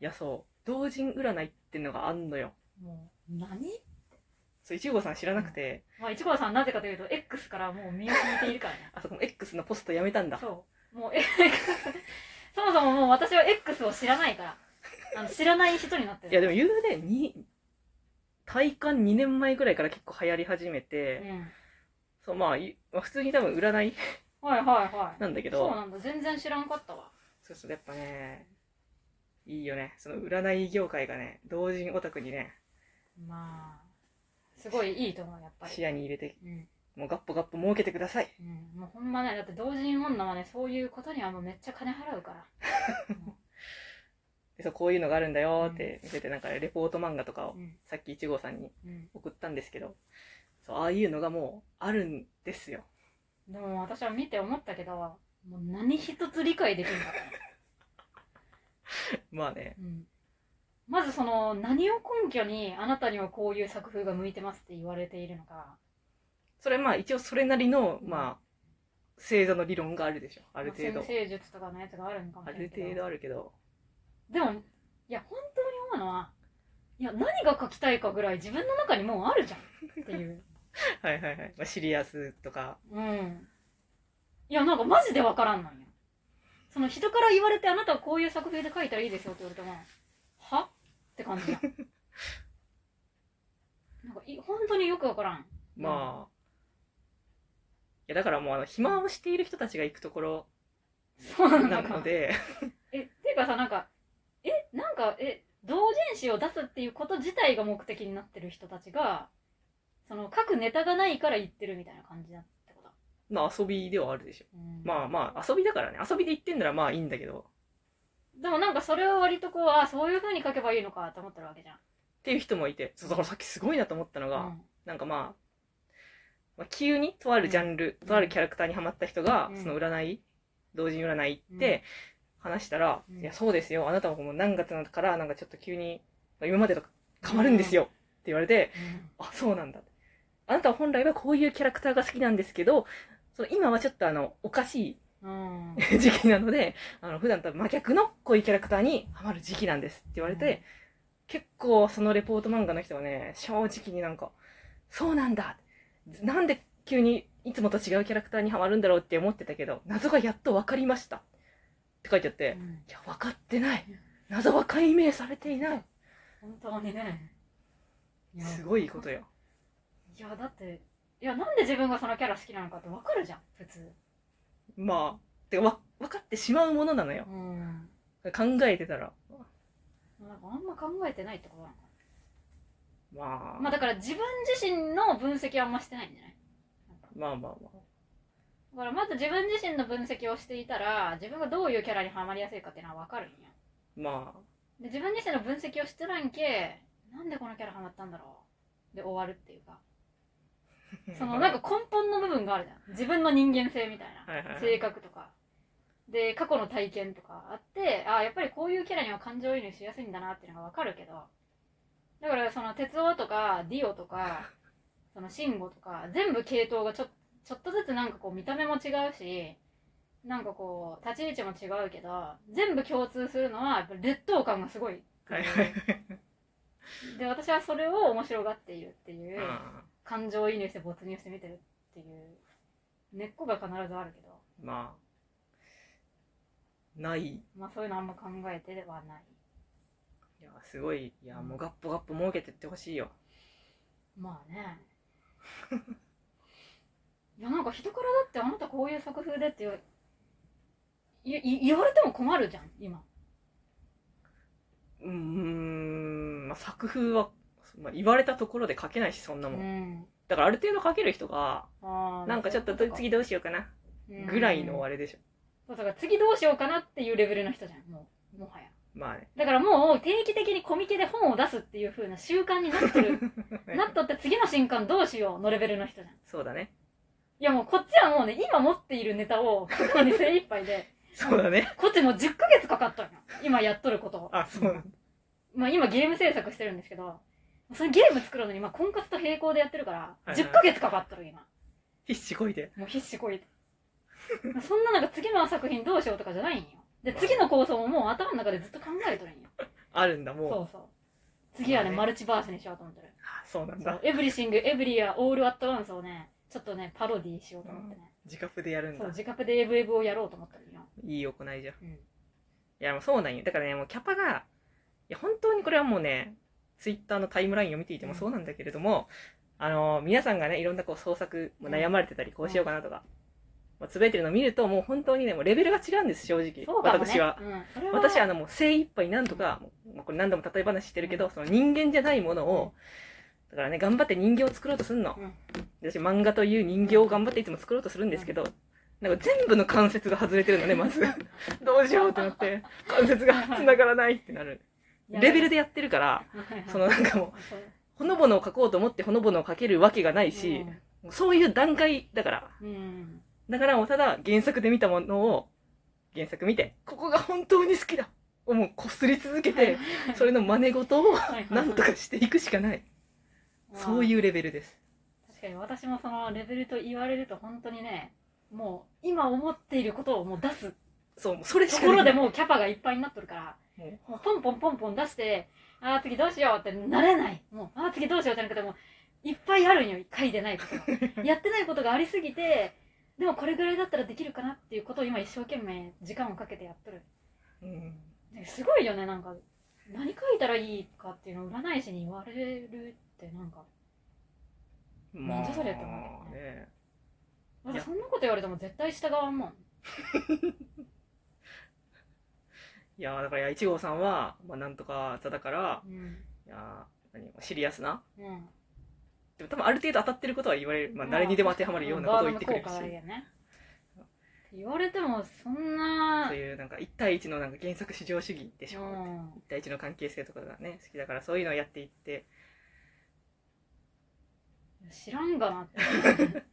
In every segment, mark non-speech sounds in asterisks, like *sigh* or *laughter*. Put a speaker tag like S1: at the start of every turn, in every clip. S1: いや、そう。同人占いってのがあんのよ。
S2: もう、何
S1: そう、いちごさん知らなくて、
S2: まあ、いちごさんなぜかというと、X からもう身を引いているからね。 *laughs*
S1: あそこの X のポストやめたんだ。
S2: そう。もう、X *laughs* そもそももう私は X を知らないから。あの、知らない人になってる。
S1: いや、でも言うね、に、体感2年前ぐらいから結構流行り始めて、
S2: う
S1: そう、まあ、いまあ普通に多分占い *laughs*
S2: ん。はいはいはい。
S1: なんだけど、
S2: そうなんだ。全然知らんかったわ。
S1: そうそう、やっぱね、いいよね。その占い業界がね、同人オタクにね、
S2: まあ、すごいいいと思う、やっぱり。
S1: 視野に入れて、
S2: うん。
S1: もうガッポガッポ儲けてください。
S2: うん。もうほんまね、だって同人女はね、そういうことにはもうめっちゃ金払うから。
S1: でそう、こういうのがあるんだよって見せて、なんかレポート漫画とかを
S2: う、ん。
S1: さっき1号さんに
S2: うん。
S1: 送ったんですけど、そう、ああいうのがもうあるんですよ。
S2: でも私は見て思ったけど、もう何一つ理解できんかった。
S1: まあね、
S2: うんまずその何を根拠にあなたにはこういう作風が向いてますって言われているのか
S1: それまあ一応それなりの、まあ、星座の理論があるでしょ。ある程
S2: ま
S1: 度
S2: あ。先生術とかのやつがあるのかも
S1: あ
S2: しれ
S1: る
S2: んけど
S1: 程度あるけど、
S2: でもいや本当に思うのはいや何が書きたいかぐらい自分の中にもうあるじゃんっていう
S1: *laughs* はいはいはい。まあ、シリアスとか、
S2: うんいやなんかマジでわからんのよその人から言われてあなたはこういう作風で書いたらいいですよって言われてもはって感
S1: *laughs*
S2: じじゃんなんかい本当によくわからん
S1: まあ、いやだからもうあの、暇をしている人たちが行くところ
S2: そうなん
S1: な
S2: だか
S1: ので、 *laughs*
S2: え、っていうかさ、なんか、え、なんか、え、同人誌を出すっていうこと自体が目的になってる人たちが、その、書くネタがないから言ってるみたいな感じだってこと。
S1: まあ遊びではあるでしょ。
S2: うん
S1: まあまあ、遊びだからね、遊びで行ってんならまあいいんだけど、っ
S2: でもなんかそれは割とこう、あ、そういう風に書けばいいのかと思ってるわけじゃん。
S1: ていう人もいて、そうだからさっきすごいなと思ったのが、
S2: うん
S1: なんかまあ、まあ、急にとあるジャンル、
S2: うん
S1: とあるキャラクターにハマった人が、
S2: うん
S1: その占い、同人占い行って、話したら、
S2: うん
S1: いや、そうですよ、あなたはもう何月からなんかちょっと急に、まあ今までと変わるんですよ、って言われて、あ、そうなんだ。あなたは本来はこういうキャラクターが好きなんですけど、その今はちょっとあの、おかし
S2: うん。うん。
S1: い時期なので、あの、普段とは真逆のこういうキャラクターにハマる時期なんですって言われて、結構そのレポート漫画の人はね、正直になんか、そうなんだなんで急にいつもと違うキャラクターにハマるんだろうって思ってたけど、謎がやっと分かりましたって書いてあって、
S2: うん、
S1: いや、分かってない謎は解明されていない
S2: 本当にね。いや
S1: すごいことよ。
S2: いや、だって、いや、なんで自分がそのキャラ好きなのかってわかるじゃん、普通。
S1: まあ、てかわ、分かってしまうものなのよ。
S2: うん。
S1: 考えてたら、
S2: なんかあんま考えてないってことなのかな
S1: まあ、
S2: まあだから自分自身の分析はあんましてないんじゃない
S1: まあまあま
S2: だからまず自分自身の分析をしていたら自分がどういうキャラにはまりやすいかっていうのは分かるんや
S1: あ、まあ、
S2: で自分自身の分析をしてないんけなんでこのキャラハマったんだろうで終わるっていうかそのなんか根本の部分があるじゃん自分の人間性みたいな、
S1: はいはいはい
S2: 性格とかで過去の体験とかあってあやっぱりこういうキャラには感情移入しやすいんだなっていうのが分かるけどだからその哲夫とかディオと
S1: *laughs*
S2: かその慎吾とか全部系統がちょちょっとずつなんかこう見た目も違うしなんかこう立ち位置も違うけど全部共通するのはやっぱ劣等感がすごい
S1: はいはい
S2: で私はそれを面白がっているっていう、
S1: ま
S2: 感情移入して没入して見てるっていう根っこが必ずあるけど
S1: あ、まあ、ない。い
S2: まあそういうのあんま考えてはない
S1: や、すごい、いや、もうガッポガッポ儲けてってほしいよ。
S2: まあね *laughs* いやなんか人からだってあなたこういう作風でって言わいやい言われても困るじゃん今
S1: うーん、まあ、作風は、まあ、言われたところで書けないし、そんな
S2: う
S1: もん。
S2: ん
S1: だからある程度書ける人が、
S2: あー
S1: なんかちょっと
S2: そういうこ
S1: 次どうしようかな、
S2: とか
S1: ぐらいの
S2: うん
S1: あれでしょ。
S2: そうだから次どうしようかなっていうレベルの人じゃんもうもはや
S1: まあね。
S2: だからもう定期的にコミケで本を出すっていう風な習慣になっ
S1: *laughs*
S2: てる *laughs* なっとって次の新刊どうしようのレベルの人じゃん
S1: そうだね。
S2: いやもうこっちはもうね、今持っているネタを書くのに精一杯で、 *laughs*
S1: そうだね。
S2: こっちもう10ヶ月かかったのよ。今やっとることを。
S1: あ、そうなんだ。
S2: まあ今ゲーム制作してるんですけど、そのゲーム作るのにまあ婚活と並行でやってるから、
S1: はいはい
S2: 10ヶ月かかったの今。
S1: 必死こいて。
S2: もう必
S1: *laughs*
S2: 死こいて。そんななんか次の作品どうしようとかじゃないんよ。で、次の構想ももう頭の中でずっと考えとるんよ。
S1: あるんだ、もう。
S2: そうそう。次はね、
S1: そうね
S2: マルチバースにしようと思ってる。
S1: あそうなん
S2: そ
S1: だ
S2: う。エブリシング、エブリア、オールアットワンスをね、ちょっとね、パロディーしようと思ってね。
S1: 自覚でやるん
S2: そ
S1: だ
S2: う、。自覚でエブエブをやろうと思ったのよ。
S1: いい行いじゃん。い
S2: うん。
S1: や、もうそうなんよ。だからね、もうキャパが、いや、本当にこれはもうね、ツイッターのタイムラインを見ていてもそうなんだけれども、あの、皆さんがね、いろんなこう創作、もう悩まれてたり、こうしようかなとか、まあ、つぶやいてるのを見ると、もう本当にね、もうレベルが違うんです、正直。
S2: そうかもね。
S1: 私は。
S2: うん。それは
S1: 私はあのもう精一杯なんとか、まあ、これ何度も例え話してるけど、その人間じゃないものを、だからね頑張って人形を作ろうとするの、
S2: うん
S1: 私漫画という人形を頑張っていつも作ろうとするんですけど、なんか全部の関節が外れてるのねまずどうしようと思って関節が繋がらないってなるレベル
S2: で、
S1: でやってるからその
S2: はい
S1: なんかもう
S2: はいそう
S1: ほのぼのを描こうと思ってほのぼのを描けるわけがないし、もうそういう段階だから
S2: うんうん。
S1: だからもうただ原作で見たものを原作見てここが本当に好きだをもうこすり続けてそれの真似事を
S2: はいはいはい
S1: なんとかしていくしかないそう
S2: う
S1: い
S2: ん。
S1: うレベルです
S2: 確かに私もそのレベルと言われると本当にね、もう今思っていることをもう出す
S1: そうもうそれし
S2: と
S1: か
S2: ころで
S1: も
S2: もうキャパがいっぱいになっとるから、
S1: も
S2: もうポンポンポンポン出して、ああ、次どうしようってなれない。もう、ああ、次どうしようじゃなくて、もう、いっぱいあるんよ、書いてな
S1: *laughs*
S2: いことが。やってないことがありすぎて、でもこれぐらいだったらできるかなっていうことを今一生懸命時間をかけてやっとる。
S1: う、うん、
S2: ねすごいよね、なんか、何書いたらいいかっていうのを占い師に言われるって、なんか、
S1: まあ
S2: なんでそれと思う
S1: ねいや
S2: 私そんなこと言われても絶対従わんもん。
S1: いやーだからいや一号さんは、まあ、なんとか座だから
S2: うん。
S1: いやー何シリアスな
S2: うん。
S1: でも多分ある程度当たってることは言われる、まあ、誰にでも当てはまるようなことを言ってくれるし
S2: バードの効果あるよね。言われても、そんな
S1: そう、いうなんか1対1のなんか原作至上主義でしょ、
S2: うん
S1: 一対一の関係性とかがね好きだからそういうのをやっていって
S2: 知らんがなって。 *laughs*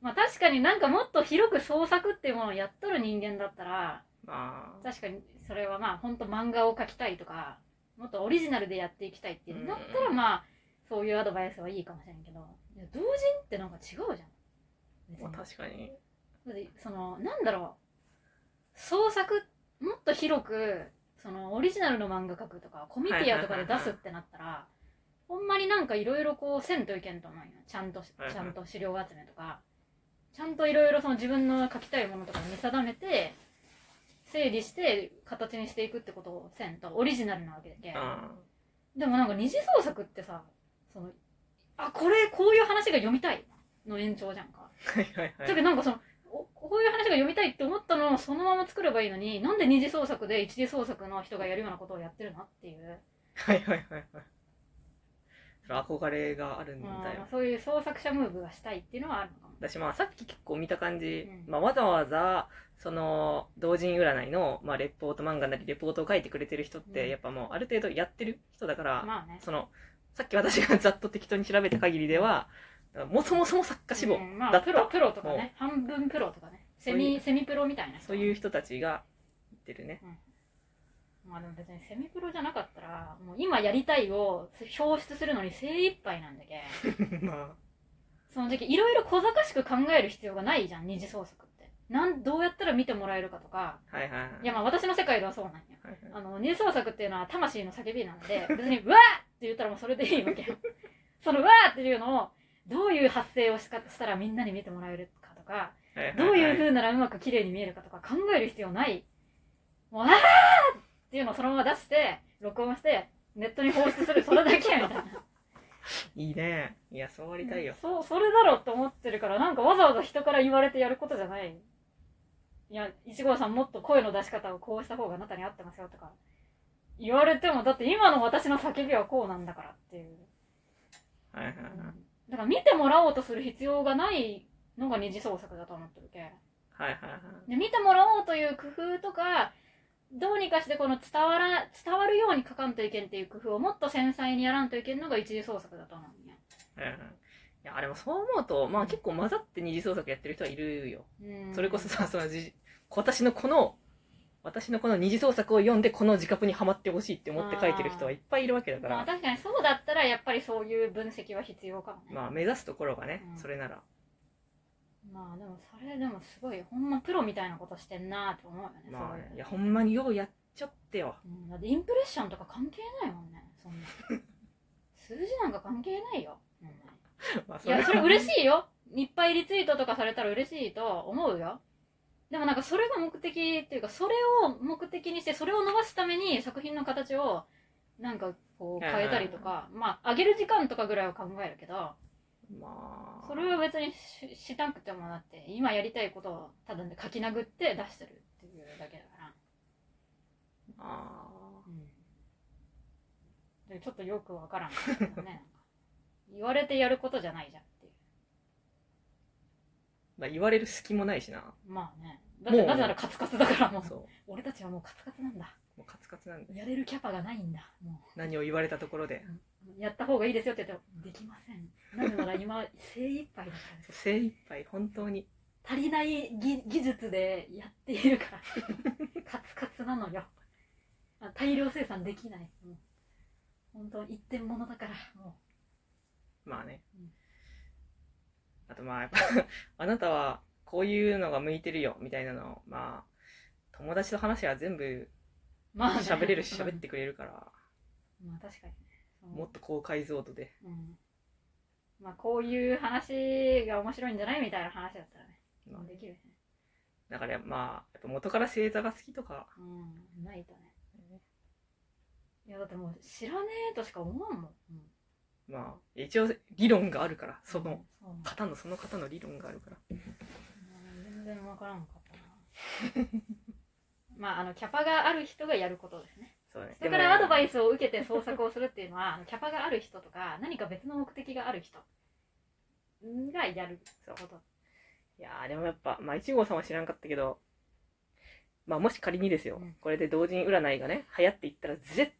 S2: まあ確かになんかもっと広く創作っていうものをやっとる人間だったら、
S1: まあ
S2: 確かにそれはまあ本当漫画を描きたいとか、もっとオリジナルでやっていきたいってなったら
S1: う
S2: まあ、そういうアドバイスはいいかもしれんけど、いや同人ってなんか違うじゃん。別
S1: まあ
S2: に。
S1: 確かに
S2: だってその、なんだろう。創作、もっと広く、その、オリジナルの漫画描くとか、コミティアとかで出すってなったら、ほんまになんかいろいろこう、せんといけんと思うよ。ちゃんとし
S1: はいはい、
S2: ちゃんと資料集めとか、ちゃんといろいろその自分の描きたいものとか見定めて、整理して、形にしていくってことをせんと、オリジナルなわけだけ。
S1: あ
S2: でもなんか二次創作ってさ、その、あ、これ、こういう話が読みたいの延長じゃんか。
S1: あはいはいは
S2: だけ
S1: い
S2: どなんかその、おこういう話が読みたいって思ったのをそのまま作ればいいのに、なんで二次創作で一次創作の人がやるようなことをやってるのっていう、
S1: はいはいはいはいそれ憧れがあるん
S2: うん
S1: だ
S2: ま
S1: よ
S2: あ、そういう創作者ムーブがしたいっていうのはあるのかも。
S1: 私まあさっき結構見た感じ、
S2: うん
S1: まあ、わざわざその同人占いの、まあ、レポート漫画なりレポートを書いてくれてる人って、
S2: うん
S1: やっぱもうある程度やってる人だから、
S2: まあね。
S1: そのさっき私がざっと適当に調べた限りではもそもそも作家志望、
S2: うんま
S1: だ
S2: あ、
S1: った
S2: プロ、プロとかね。半分プロとかね。セ
S1: そうい
S2: ミ、セミプロみたいな人。
S1: そういう人たちが言ってるね
S2: まあでも別にセミプロじゃなかったら、もう今やりたいを表出するのに精一杯なんだけ。
S1: *laughs* ま
S2: その時いろいろ小賢しく考える必要がないじゃん、二次創作って。なん、どうやったら見てもらえるかとか。
S1: あはいはい
S2: いやまあ私の世界ではそうなんよ。
S1: はいはい
S2: あの、二次創作っていうのは魂の叫びなので、別に、うわーって言ったらもうそれでいいわけよ。その、うわーっていうのを、どういう発声をしかしたらみんなに見てもらえるかとか、
S1: はい
S2: どういう
S1: ふう
S2: 風ならうまく綺麗に見えるかとか考える必要ない。もう、あーっていうのをそのまま出して、録音して、ネットに放出する、それだけやみたいな。
S1: いいねいやそうありたいよ、
S2: そう、それだろうと思ってるから、なんかわざわざ人から言われてやることじゃない。いや、1号さんもっと声の出し方をこうした方があなたに合ってますよとか。言われても、だって今の私の叫びはこうなんだからっていう。
S1: はいはいは
S2: う
S1: い
S2: んだから見てもらおうとする必要がないのが二次創作だと思ってるけん。
S1: はいはいはい
S2: で見てもらおうという工夫とかどうにかしてこの伝わら伝わるように書かんといけんっていう工夫をもっと繊細にやらんといけんのが一次創作だと思うんや、
S1: うんいや、あれもそう思うと、まあ結構混ざって二次創作やってる人はいるよ。
S2: うん、
S1: それこそさ、そのじ、私のこの、私のこの二次創作を読んで、この自覚にはまってほしいって思って書いてる人はいっぱいいるわけだか
S2: ま
S1: ら、
S2: あ確かにそうだったらやっぱりそういう分析は必要かもねまあ、
S1: まあ目指すところがね
S2: う、ん
S1: それなら、
S2: でもそれでもすごいほんまプロみたいなことしてんなーと思うよね
S1: まあ
S2: そ
S1: ね
S2: ういう
S1: いや、ほんまにようやっちょってよ。
S2: うん、だってインプレッションとか関係ないもんねそんな数字なんか関係ないよ、うん
S1: *laughs* まあ、
S2: いやそ
S1: し
S2: れ
S1: い。
S2: 嬉しいよいっぱいリツイートとかされたら嬉しいと思うよでもなんかそれが目的っていうかそれを目的にしてそれを伸ばすために作品の形をなんかこう変えたりとか、まあ上げる時間とかぐらいは考えるけど
S1: まあ。
S2: それは別にししなくてもだって今やりたいことをただで書き殴って出してるっていうだけだから、
S1: あ
S2: うん、でちょっとよくわからんですけどねなんか言われてやることじゃないじゃんっていう
S1: ーまあ、言われる隙もないしな。
S2: まあねだって
S1: もう
S2: なぜならカツカツだからもう
S1: そう。
S2: 俺たちはもうカツカツなんだ
S1: もうカツカツなんで。
S2: やれるキャパがないんだも
S1: 何を言われたところで。
S2: うやった方がいいですよって言ってもできませんなぜなら今精一杯だからです
S1: 精一杯、本当に。
S2: 足りない技技術でやっているから *laughs* カツカツなのよあ大量生産できないもう本当一点物だからも
S1: まあね
S2: うん。
S1: あとまあ、やっぱ、 *laughs* あなたはこういうのが向いてるよ、みたいなのを、まあ、友達と話は全部
S2: うまあね
S1: 喋れるし
S2: *laughs* うん
S1: 喋ってくれるから、
S2: まあ確かにねその
S1: もっと高解像度で。
S2: うんまあこういう話が面白いんじゃないみたいな話だったらね、
S1: まあ
S2: できるね
S1: だからまあ、やっぱ元から星座が好きとか、
S2: うんないとねいやだってもう知らねえとしか思わんもん、うん
S1: まあ、一応理論があるから、その
S2: そう
S1: 方のその方の理論があるから。
S2: うん全然わからんかったな *laughs* まああのキャパがある人がやることですね
S1: そうね。
S2: 人からアドバ
S1: イ
S2: イスを受けて創作をするっていうのはあのキャパがある人とか何か別の目的がある人がやること
S1: いやーでもやっぱ、まあ、1号さんは知らんかったけど、まあ、もし仮にですよ、
S2: うん
S1: これで同人占いがね、流行っていったら絶